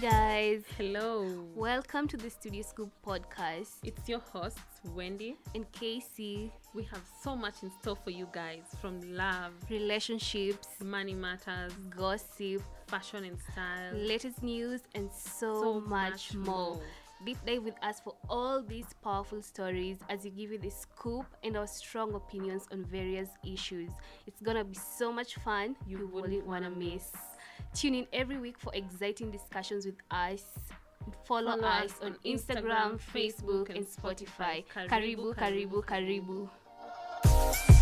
guys. Hello. Welcome to the Studio Scoop podcast. It's your hosts, Wendy. In Casey, We have so much in store for you guys from love, relationships, money matters, gossip, fashion and style. latest news, and so, So much, much more. more. Deep dive with us for all these powerful stories as we give you the scoop and our strong opinions on various issues. It's gonna be so much fun, you, You wouldn't wouldn't wanna wanna miss. Tune in every week for exciting discussions with us. Follow, Follow us, us on on Instagram, Instagram, Facebook, Facebook, and and Spotify. Spotify. Karibu, Karibu, karibu, karibu. karibu.